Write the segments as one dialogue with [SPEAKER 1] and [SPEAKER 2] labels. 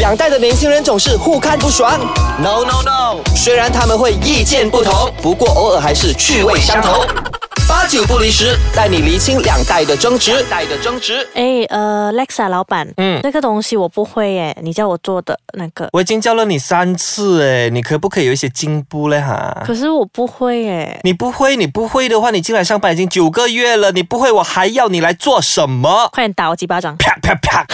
[SPEAKER 1] 两代的年轻人总是互看不爽。
[SPEAKER 2] No no no，
[SPEAKER 1] 虽然他们会意见不同，不过偶尔还是趣味相投。八九不离十，带你厘清两代的争执。
[SPEAKER 2] 代的争执。
[SPEAKER 3] 哎，呃，Lexa 老板，
[SPEAKER 4] 嗯
[SPEAKER 3] 这个东西我不会耶，你叫我做的那个，
[SPEAKER 4] 我已经教了你三次诶，你可不可以有一些进步嘞哈？
[SPEAKER 3] 可是我不会耶。
[SPEAKER 4] 你不会，你不会的话，你进来上班已经九个月了，你不会，我还要你来做什么？！
[SPEAKER 3] 快点打我几巴掌
[SPEAKER 4] 啪啪啪！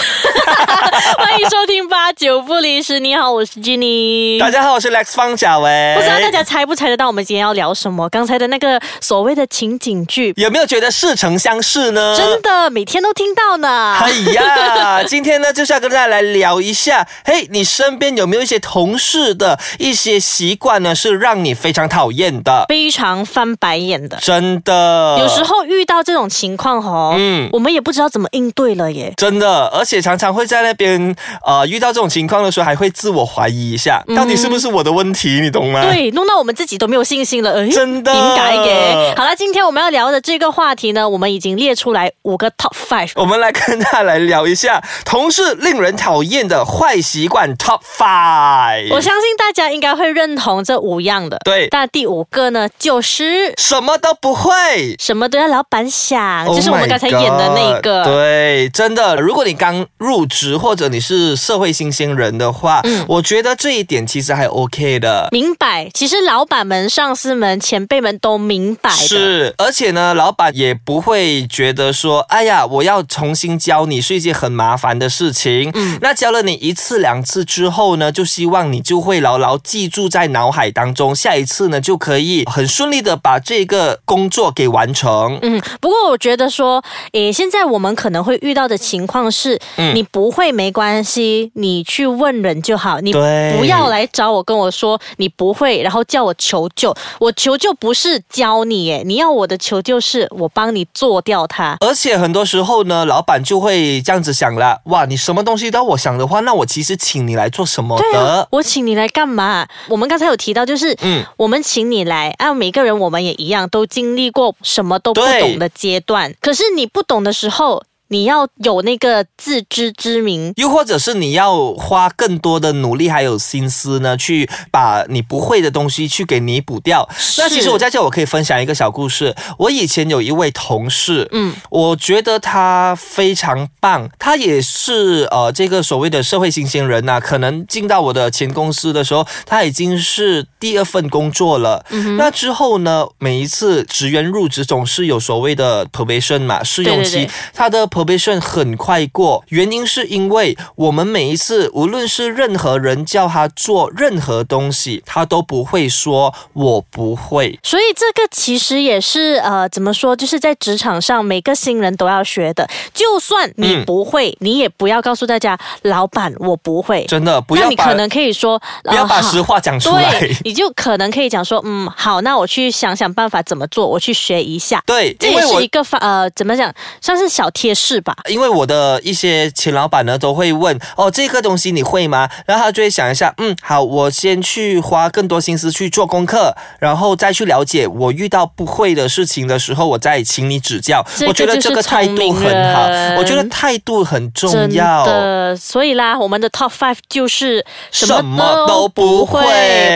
[SPEAKER 3] 欢迎收听八九不离十，你好，我是 Jenny。
[SPEAKER 4] 大家好，我是 Lex 方小维。
[SPEAKER 3] 嗯不知道大家猜不猜得到我们今天要聊什么？刚才的那个所谓的情景剧，
[SPEAKER 4] 有没有觉得似曾相识呢？
[SPEAKER 3] 真的每天都听到呢。
[SPEAKER 4] 哎呀，今天呢就是要跟大家来聊一下，嘿，你身边有没有一些同事的一些习惯呢，是让你非常讨厌的？
[SPEAKER 3] 非常翻白眼的。
[SPEAKER 4] 真的，
[SPEAKER 3] 有时候遇到这种情况吼，
[SPEAKER 4] 呃嗯
[SPEAKER 3] 我们也不知道怎么应对了耶。
[SPEAKER 4] 真的，而且常常会在那边呃遇到这种情况的时候，还会自我怀疑一下，到底是不是我的问题，你懂 吗？。
[SPEAKER 3] 嗯对，弄到我们自己都没有信心了，哎，
[SPEAKER 4] 真的
[SPEAKER 3] 应该耶。好了，今天我们要聊的这个话题呢，我们已经列出来五个 top five。
[SPEAKER 4] 我们来跟大家来聊一下同事令人讨厌的坏习惯 Top
[SPEAKER 3] 我
[SPEAKER 4] Five。
[SPEAKER 3] 相信大家应该会认同这五样的。
[SPEAKER 4] 对
[SPEAKER 3] 但第五个呢，就是
[SPEAKER 4] 什么都不会，
[SPEAKER 3] 什么都要老板想，啊就是我
[SPEAKER 4] Oh
[SPEAKER 3] 们
[SPEAKER 4] my
[SPEAKER 3] 刚才演的那一
[SPEAKER 4] God，
[SPEAKER 3] 个。
[SPEAKER 4] 对，真的，如果你刚入职或者你是社会新鲜人的话，
[SPEAKER 3] 嗯
[SPEAKER 4] 我觉得这一点其实还 OK 的。
[SPEAKER 3] 明白，其实老板们、上司们、前辈们都明白的。
[SPEAKER 4] 是，而且呢，老板也不会觉得说，哎呀，我要重新教你是一件很麻烦的事情。嗯，那教了你一次两次之后呢，就希望你就会牢牢记住在脑海当中，下一次呢就可以很顺利的把这个工作给完成。
[SPEAKER 3] 嗯，不过我觉得说，诶，现在我们可能会遇到的情况是，
[SPEAKER 4] 嗯
[SPEAKER 3] 你不会没关系，你去问人就好，你
[SPEAKER 4] 对
[SPEAKER 3] 不要来找我跟我说你不会，然后叫我求救。我求救不是教你，耶，你要我的求救是我帮你做掉它。
[SPEAKER 4] 而且很多时候呢，老板就会这样子想啦，哇，你什么东西都要我想的话，那我其实请你来做什么
[SPEAKER 3] 对啊
[SPEAKER 4] 的？，
[SPEAKER 3] 我请你来干嘛？我们刚才有提到，就是，
[SPEAKER 4] 嗯
[SPEAKER 3] 我们请你来啊，每个人我们也一样，都经历过什么都不
[SPEAKER 4] 对
[SPEAKER 3] 懂的阶段。可是你不懂的时候，你要有那个自知之明，
[SPEAKER 4] 又或者是你要花更多的努力还有心思呢，去把你不会的东西去给弥补掉。那其实我在这我可以分享一个小故事。我以前有一位同事，嗯，我觉得他非常棒，他也是呃这个所谓的社会新鲜人呐、可能进到我的前公司的时候，他已经是第二份工作了。
[SPEAKER 3] 嗯
[SPEAKER 4] 那之后呢，每一次职员入职总是有所谓的 probation 嘛，试用期。
[SPEAKER 3] 对对对
[SPEAKER 4] 他的 probation 很快过，原因是因为我们每一次，无论是任何人叫他做任何东西，他都不会说我不会。
[SPEAKER 3] 所以这个其实也是呃，怎么说，就是在职场上每个新人都要学的。就算你
[SPEAKER 4] 嗯
[SPEAKER 3] 不会，你也不要告诉大家，老板我不会。
[SPEAKER 4] 真的，不
[SPEAKER 3] 那
[SPEAKER 4] 要
[SPEAKER 3] 你
[SPEAKER 4] 把
[SPEAKER 3] 可能可以说，
[SPEAKER 4] 不要
[SPEAKER 3] 呃
[SPEAKER 4] 把
[SPEAKER 3] 好
[SPEAKER 4] 实话讲出来。
[SPEAKER 3] 对，你就可能可以讲说，嗯，好，那我去想想办法怎么做，我去学一下。
[SPEAKER 4] 对，
[SPEAKER 3] 这
[SPEAKER 4] 因
[SPEAKER 3] 也
[SPEAKER 4] 为
[SPEAKER 3] 是
[SPEAKER 4] 我
[SPEAKER 3] 一个发呃，怎么讲，算是小贴士吧。
[SPEAKER 4] 因为我的一些前老板呢都会问哦，这个东西你会吗？然后他就会想一下，嗯，好，我先去花更多心思去做功课，然后再去了解。我遇到不会的事情的时候，我再请你指教。
[SPEAKER 3] 这个
[SPEAKER 4] 我觉得
[SPEAKER 3] 就是
[SPEAKER 4] 这个态度很好
[SPEAKER 3] 聪明，人
[SPEAKER 4] 我觉得态度很重
[SPEAKER 3] 真
[SPEAKER 4] 要。
[SPEAKER 3] 的，所以啦，我们的 top five 就是
[SPEAKER 4] 什么都不会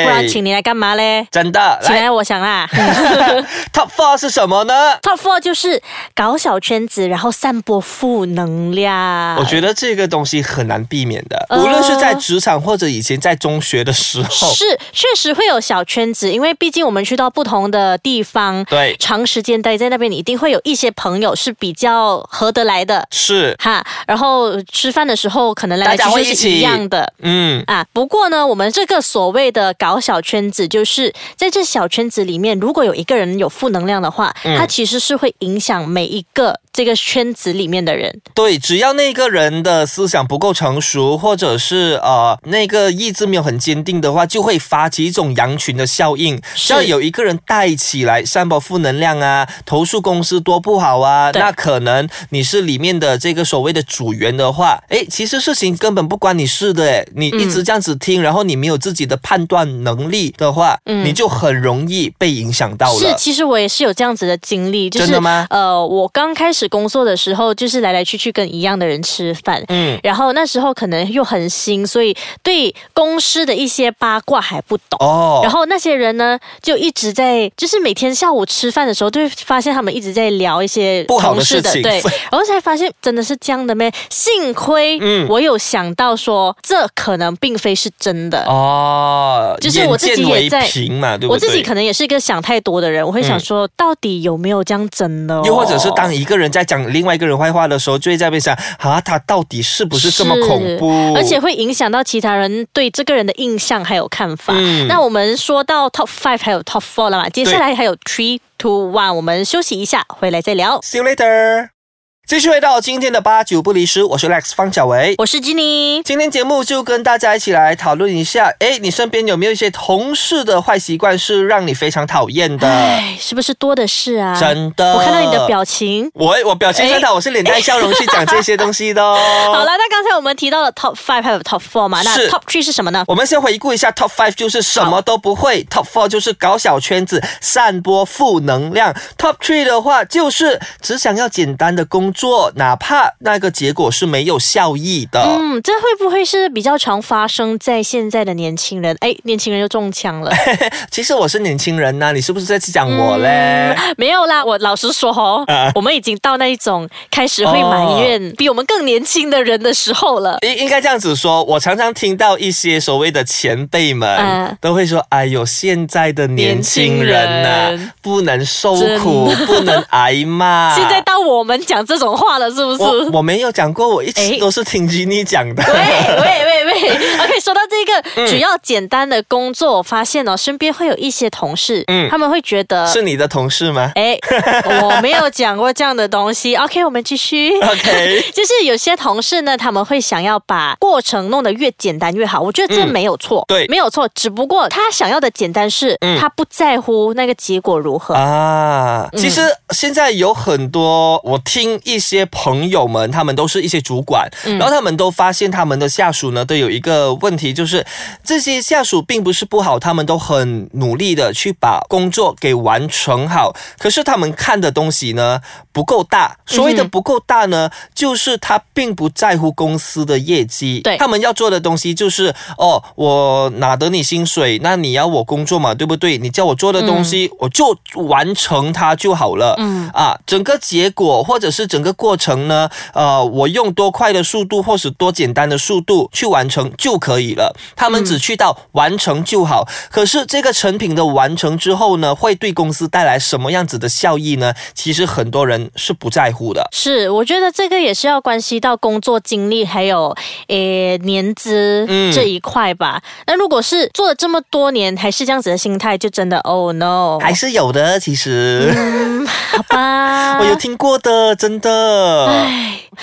[SPEAKER 3] 不然请你来干嘛嘞？
[SPEAKER 4] 真的，
[SPEAKER 3] 请
[SPEAKER 4] 来嗯
[SPEAKER 3] 来，我想 啦。
[SPEAKER 4] ，Top Four 是什么呢？
[SPEAKER 3] Top four 就是搞小圈子，然后散播负能量。
[SPEAKER 4] 我觉得这个东西很难避免的，
[SPEAKER 3] 呃
[SPEAKER 4] 无论是在职场或者以前在中学的时候，
[SPEAKER 3] 是，确实会有小圈子，因为毕竟我们去到不同的地方，
[SPEAKER 4] 对
[SPEAKER 3] 长时间待在那边，你一定会有一些朋友是比较合得来的
[SPEAKER 4] 是，
[SPEAKER 3] 哈。然后吃饭的时候，可能来来
[SPEAKER 4] 大家会
[SPEAKER 3] 去
[SPEAKER 4] 一
[SPEAKER 3] 去
[SPEAKER 4] 起
[SPEAKER 3] 是一样的。
[SPEAKER 4] 嗯。
[SPEAKER 3] 啊，不过呢，我们这个所谓的搞小圈子，就是在这小圈子里面，如果有一个人有负能量的话，
[SPEAKER 4] 嗯
[SPEAKER 3] 他其实是会影响每一个这个圈子里面的人。
[SPEAKER 4] 对，只要那个人的思想不够成熟，或者是呃那个意志没有很坚定的话，就会发起一种羊群的效应。只要有一个人带起来散播负能量啊，投诉公司多不好啊，
[SPEAKER 3] 对
[SPEAKER 4] 那可能你是里面的这个所谓的组员的话，诶，其实事情根本不关你事的，诶，你一直这样子听，然后你没有自己的判断能力的话，你就很容易被影响到
[SPEAKER 3] 嗯是，
[SPEAKER 4] 了。
[SPEAKER 3] 其实我也是有这样子的经历，就是
[SPEAKER 4] 真的吗
[SPEAKER 3] 呃，我刚开始工作的时候，就是来来去去跟一样的人吃饭，
[SPEAKER 4] 嗯
[SPEAKER 3] 嗯，然后那时候可能又很新，所以对公司的一些八卦还不懂。
[SPEAKER 4] 哦，
[SPEAKER 3] 然后那些人呢，就一直在，就是每天下午吃饭的时候，就会发现他们一直在聊一些
[SPEAKER 4] 不好的
[SPEAKER 3] 同事
[SPEAKER 4] 事情
[SPEAKER 3] 对，然后才发现真的是这样的咩？幸亏，
[SPEAKER 4] 嗯
[SPEAKER 3] 我有想到说，这可能并非是真的。
[SPEAKER 4] 哦，
[SPEAKER 3] 就是我自己
[SPEAKER 4] 眼见为
[SPEAKER 3] 也在
[SPEAKER 4] 凭嘛，对不对？嗯
[SPEAKER 3] 我自己可能也是一个想太多的人，我会想说，到底有没有这样真的、哦？
[SPEAKER 4] 又或者是当一个人在讲另外一个人坏话的时候，就会在那边想啊，他到底是不是这么恐怖？
[SPEAKER 3] 而且会影响到其他人对这个人的印象还有看法。
[SPEAKER 4] 嗯
[SPEAKER 3] 那我们说到 top five 还有 top four 了嘛，接下来还有 three two one，我们休息一下，回来再聊。
[SPEAKER 4] ，see you later。继续回到今天的八九不离十，我是 Lex 方小维。
[SPEAKER 3] 我是 Jenny，
[SPEAKER 4] 今天节目就跟大家一起来讨论一下，哎，你身边有没有一些同事的坏习惯是让你非常讨厌的？
[SPEAKER 3] 哎，是不是多的是啊？
[SPEAKER 4] 真的
[SPEAKER 3] 我看到你的表情。
[SPEAKER 4] 我我表情真的，我是脸带笑容去讲这些东西的哦。
[SPEAKER 3] 好了，那刚才我们提到了 top five 还有 top four 嘛，那
[SPEAKER 4] 是
[SPEAKER 3] top three 是什么呢？
[SPEAKER 4] 我们先回顾一下 Top Five，就是什么都不会；Top Four 就是搞小圈子、散播负能量；Top Three 的话就是只想要简单的工作，哪怕那个结果是没有效益的。
[SPEAKER 3] 嗯，这会不会是比较常发生在现在的年轻人？哎，年轻人又中枪了。
[SPEAKER 4] 其实我是年轻人呐、你是不是在讲我嘞？
[SPEAKER 3] 没有啦，我老实说哦，
[SPEAKER 4] 啊
[SPEAKER 3] 我们已经到那一种开始会埋
[SPEAKER 4] 哦
[SPEAKER 3] 怨比我们更年轻的人的时候了。
[SPEAKER 4] 应应该这样子说，我常常听到一些所谓的前辈们、
[SPEAKER 3] 嗯
[SPEAKER 4] 都会说：“哎呦，现在的年轻人呐、
[SPEAKER 3] 年轻人
[SPEAKER 4] 不能受苦，
[SPEAKER 3] 真
[SPEAKER 4] 不能挨骂。”
[SPEAKER 3] 现在到我们讲这种话了，是不是？
[SPEAKER 4] 啊我我没有讲过，我一直
[SPEAKER 3] 哎
[SPEAKER 4] 都是听 Jenny 讲的。
[SPEAKER 3] 喂喂喂喂，OK，说到这
[SPEAKER 4] 嗯
[SPEAKER 3] 个，只要简单的工作，我发现哦，身边会有一些同事，
[SPEAKER 4] 嗯
[SPEAKER 3] 他们会觉得，
[SPEAKER 4] 是你的同事吗
[SPEAKER 3] 哎，我没有讲过这样的东西。OK，我们 继续。
[SPEAKER 4] ？OK，
[SPEAKER 3] 就是有些同事呢，他们会想要把过程弄得越简单越好，我觉得这
[SPEAKER 4] 嗯
[SPEAKER 3] 没有错，
[SPEAKER 4] 对
[SPEAKER 3] 没有错。只不过他想要的简单是，
[SPEAKER 4] 嗯
[SPEAKER 3] 他不在乎那个结果如何。
[SPEAKER 4] 啊，其实现在有很多，我听一些朋友们，他们都是一些主管，然后他们都发现他们的下属呢，都有一个问题，就是这些下属并不是不好，他们都很努力的去把工作给完成好，可是他们看的东西呢不够大，所谓的不够大呢，就是他并不在乎公司的业绩，
[SPEAKER 3] 对
[SPEAKER 4] 他们要做的东西就是哦，我拿得你薪水，那你要我工作嘛，对不对？你叫我做的东西，我就完成它就好了。嗯啊，整个结果或者是整个过程呢，呃，我用多快的速度或是多简单的速度去完成就可以了。他们只去到完成就好。可是这个成品的完成之后呢，会对公司带来什么样子的效益呢？其实很多人是不在乎的。
[SPEAKER 3] 是，我觉得这个也是要关系到工作经历还有诶年资
[SPEAKER 4] 嗯
[SPEAKER 3] 这一块吧。那如果是做了这么多年还是这样子的心态，就真的 Oh no，
[SPEAKER 4] 还是有的，其实、
[SPEAKER 3] 嗯好吧
[SPEAKER 4] 我有听过的，真的。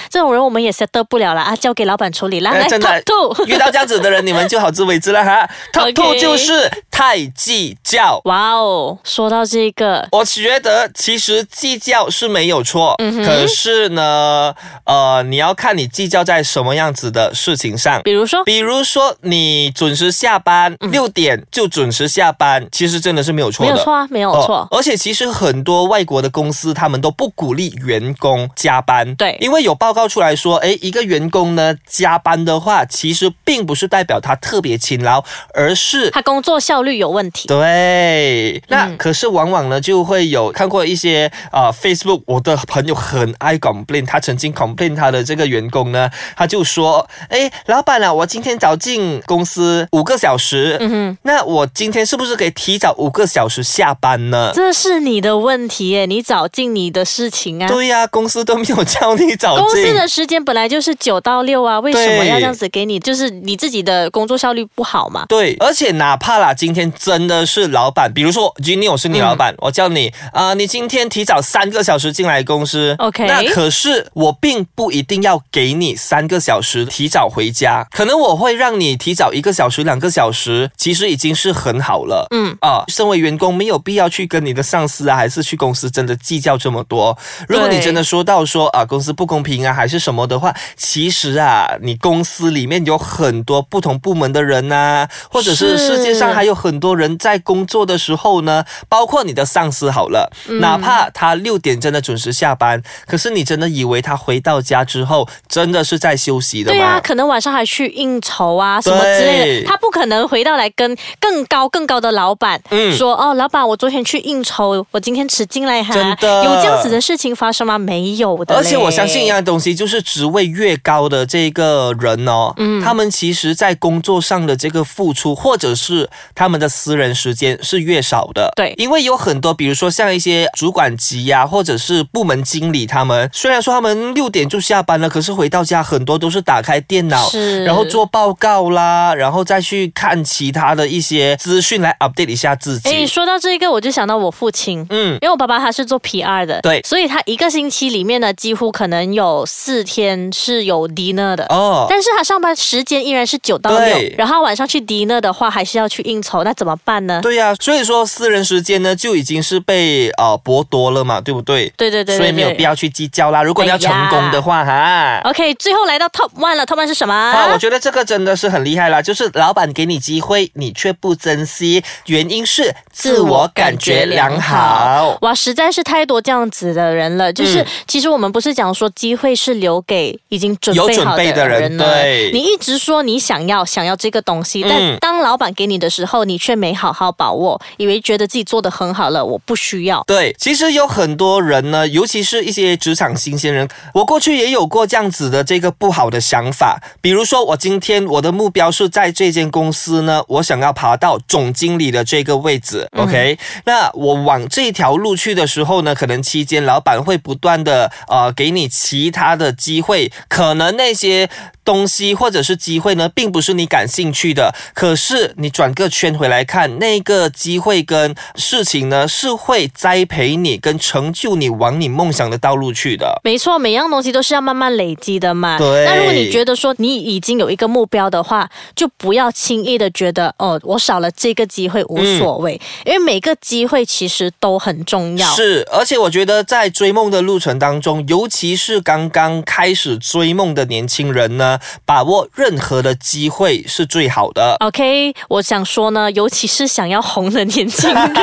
[SPEAKER 3] 这种人我们也 settle 不了了啊，交给老板处理啦。
[SPEAKER 4] 哎
[SPEAKER 3] 来
[SPEAKER 4] 真的
[SPEAKER 3] top two，
[SPEAKER 4] 遇到这样子的人，你们就好自为之了哈。Top
[SPEAKER 3] OK
[SPEAKER 4] two 就是太计较。
[SPEAKER 3] 哇哦，说到这个，
[SPEAKER 4] 我觉得其实计较是没有错，
[SPEAKER 3] 嗯
[SPEAKER 4] 可是呢，呃，你要看你计较在什么样子的事情上。
[SPEAKER 3] 比如说
[SPEAKER 4] 比如说，你准时下班，六、点就准时下班，其实真的是没有错
[SPEAKER 3] 嗯没
[SPEAKER 4] 的。
[SPEAKER 3] 有错啊，没有错。
[SPEAKER 4] 哦而且其实很多外国的公司，他们都不鼓励员工加班。
[SPEAKER 3] 对
[SPEAKER 4] 因为有报告出来说，诶，一个员工呢加班的话，其实并不是代表他特别勤劳，而是。
[SPEAKER 3] 他工作效率有问题。
[SPEAKER 4] 对，那可是往往呢，就会有看过一些啊、呃 Facebook，我的朋友很爱 complain，他曾经 complain 他的这个员工呢，他就说，诶，老板啊，我今天早进公司五个小时，嗯哼，那我今天是不是可以提早五个小时下班呢？
[SPEAKER 3] 这是你的问题耶，你找尽你的事情啊。
[SPEAKER 4] 对呀、公司都没有叫你早
[SPEAKER 3] 公
[SPEAKER 4] 进
[SPEAKER 3] 司。的时间本来就是九到六啊，为什么
[SPEAKER 4] 对
[SPEAKER 3] 要这样子给你？就是你自己的工作效率不好嘛。
[SPEAKER 4] 对，而且哪怕啦，今天真的是老板，比如说 Jenny，我是你老
[SPEAKER 3] 嗯
[SPEAKER 4] 板，我叫你啊、你今天提早三个小时进来公司
[SPEAKER 3] OK
[SPEAKER 4] 那可是我并不一定要给你三个小时提早回家，可能我会让你提早一个小时、两个小时，其实已经是很好了。
[SPEAKER 3] 嗯
[SPEAKER 4] 啊，身为员工没有必要去跟你的上司啊，还是去公司真的计较这么多。如果你
[SPEAKER 3] 对
[SPEAKER 4] 真的说到说啊，公司不公平啊，还是什么的话，其实啊，你公司里面有很多不同部门团的人呐、或者是
[SPEAKER 3] 是
[SPEAKER 4] 世界上还有很多人在工作的时候呢，包括你的上司好了，
[SPEAKER 3] 嗯
[SPEAKER 4] 哪怕他六点真的准时下班，可是你真的以为他回到家之后真的是在休息的
[SPEAKER 3] 对啊，
[SPEAKER 4] 吗？
[SPEAKER 3] 可能晚上还去应酬啊什么之类
[SPEAKER 4] 对
[SPEAKER 3] 的，他不可能回到来跟更高更高的老板
[SPEAKER 4] 嗯
[SPEAKER 3] 说、哦，老板，我昨天去应酬，我今天迟进来哈，
[SPEAKER 4] 真的
[SPEAKER 3] 有这样子的事情发生吗？没有的嘞，
[SPEAKER 4] 而且我相信一样东西，就是职位越高的这个人哦，
[SPEAKER 3] 嗯
[SPEAKER 4] 他们其实在工作上的这个付出，或者是他们的私人时间是越少的。
[SPEAKER 3] 对
[SPEAKER 4] 因为有很多，比如说像一些主管级呀、或者是部门经理，他们虽然说他们六点就下班了，可是回到家很多都是打开电脑，
[SPEAKER 3] 是
[SPEAKER 4] 然后做报告啦，然后再去看其他的一些资讯来 update 一下自
[SPEAKER 3] 哎，
[SPEAKER 4] 己。
[SPEAKER 3] 说到这个，我就想到我父亲，
[SPEAKER 4] 嗯
[SPEAKER 3] 嗯，因为我爸爸他是做 PR 的，
[SPEAKER 4] 对
[SPEAKER 3] 所以他一个星期里面呢，几乎可能有四天是有 dinner 的。
[SPEAKER 4] 哦，
[SPEAKER 3] 但是他上班时间依然是九到六
[SPEAKER 4] 对，
[SPEAKER 3] 然后晚上去 dinner 的话，还是要去应酬，那怎么办呢？
[SPEAKER 4] 对呀、所以说私人时间呢就已经是被呃剥夺了嘛，对不对？
[SPEAKER 3] 对对对对
[SPEAKER 4] 所以没有
[SPEAKER 3] 对哎
[SPEAKER 4] 必要去计较啦。如果你要成功的话，哈。
[SPEAKER 3] OK，最后来到 Top One 了，Top One 是什么？
[SPEAKER 4] 啊，我觉得这个真的是很厉害啦，就是老板给你机会，你却不珍惜，原因是自我感觉良好。
[SPEAKER 3] 哇，实在是太多这样子的人了。就是、
[SPEAKER 4] 嗯
[SPEAKER 3] 其实我们不是讲说机会是留给已经准备好
[SPEAKER 4] 有准备的
[SPEAKER 3] 的
[SPEAKER 4] 人
[SPEAKER 3] 人呢？
[SPEAKER 4] 对
[SPEAKER 3] 你一直说你想要想要这个东西，
[SPEAKER 4] 嗯
[SPEAKER 3] 但当老板给你的时候，你却没好好把握，以为觉得自己做的很好了，我不需要。
[SPEAKER 4] 对，其实有很多人呢，尤其是一些职场新鲜人，我过去也有过这样子的这个不好的想法。比如说，我今天我的目标是在这间公司呢，我想要爬到总经理的这个位置、o k 那我往这条路去的时候呢，可能期间老板会不断的呃给你其他的机会，可能那些东西或者是机会呢，并不是你感兴趣的，可是你转个圈回来看，那个机会跟事情呢，是会栽培你跟成就你往你梦想的道路去的。
[SPEAKER 3] 没错，每样东西都是要慢慢累积的嘛。
[SPEAKER 4] 对
[SPEAKER 3] 那如果你觉得说你已经有一个目标的话，就不要轻易的觉得哦，我少了这个机会无所谓，因为每个机会其实都很重要。
[SPEAKER 4] 嗯是，而且我觉得在追梦的路程当中，尤其是刚刚开始追梦的年轻人呢，把握任何的机会是最好的。
[SPEAKER 3] OK，我想说呢，尤其是想要红的年 轻人，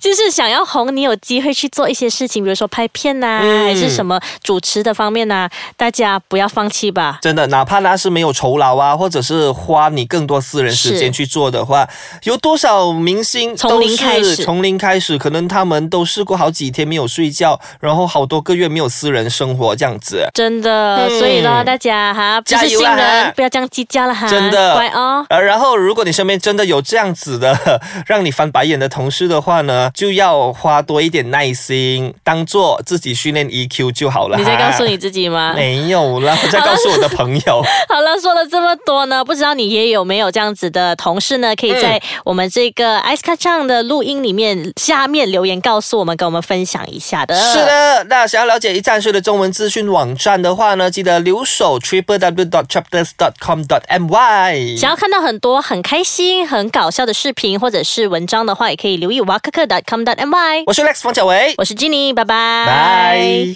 [SPEAKER 3] 就是想要红，你有机会去做一些事情，比如说拍片呐、
[SPEAKER 4] 嗯
[SPEAKER 3] 还是什么主持的方面呐、大家不要放弃吧。
[SPEAKER 4] 真的，哪怕那是没有酬劳啊，或者是花你更多私人时间
[SPEAKER 3] 是
[SPEAKER 4] 去做的话，有多少明星
[SPEAKER 3] 从
[SPEAKER 4] 都
[SPEAKER 3] 零
[SPEAKER 4] 是
[SPEAKER 3] 开始
[SPEAKER 4] 从零开始，可能他们都试过好几天没有睡觉，然后好多个月没有私人生活这样子。
[SPEAKER 3] 真的，
[SPEAKER 4] 嗯
[SPEAKER 3] 所以呢，大家哈，不
[SPEAKER 4] 加
[SPEAKER 3] 是
[SPEAKER 4] 油
[SPEAKER 3] 新
[SPEAKER 4] 啦
[SPEAKER 3] 人
[SPEAKER 4] 哈，
[SPEAKER 3] 不要这样计较了哈，
[SPEAKER 4] 真的
[SPEAKER 3] 乖哦。
[SPEAKER 4] 呃，然后如果你身边真的有这样子的让你翻白眼的同事的话呢，就要花多一点耐心，当做自己训练 EQ 就好了。
[SPEAKER 3] 你在告诉
[SPEAKER 4] 哈
[SPEAKER 3] 你自己吗？
[SPEAKER 4] 没有啦，我在告诉我的朋友。
[SPEAKER 3] 好了，说了这么多呢，不知道你也有没有这样子的同事呢？可以在我们这个 Ice c a t c h a n 的录音里面下面留言告诉我们，跟我们分享一下的。
[SPEAKER 4] 是。的，那想要了解一站式的中文资讯网站的话呢，记得留守 triple w dot chapters dot com dot my。
[SPEAKER 3] 想要看到很多很开心、很搞笑的视频或者是文章的话，也可以留意 w a k a k a c o m m y
[SPEAKER 4] 我是 Lex 冯小维，
[SPEAKER 3] 我是 Jenny，拜拜。
[SPEAKER 4] 拜。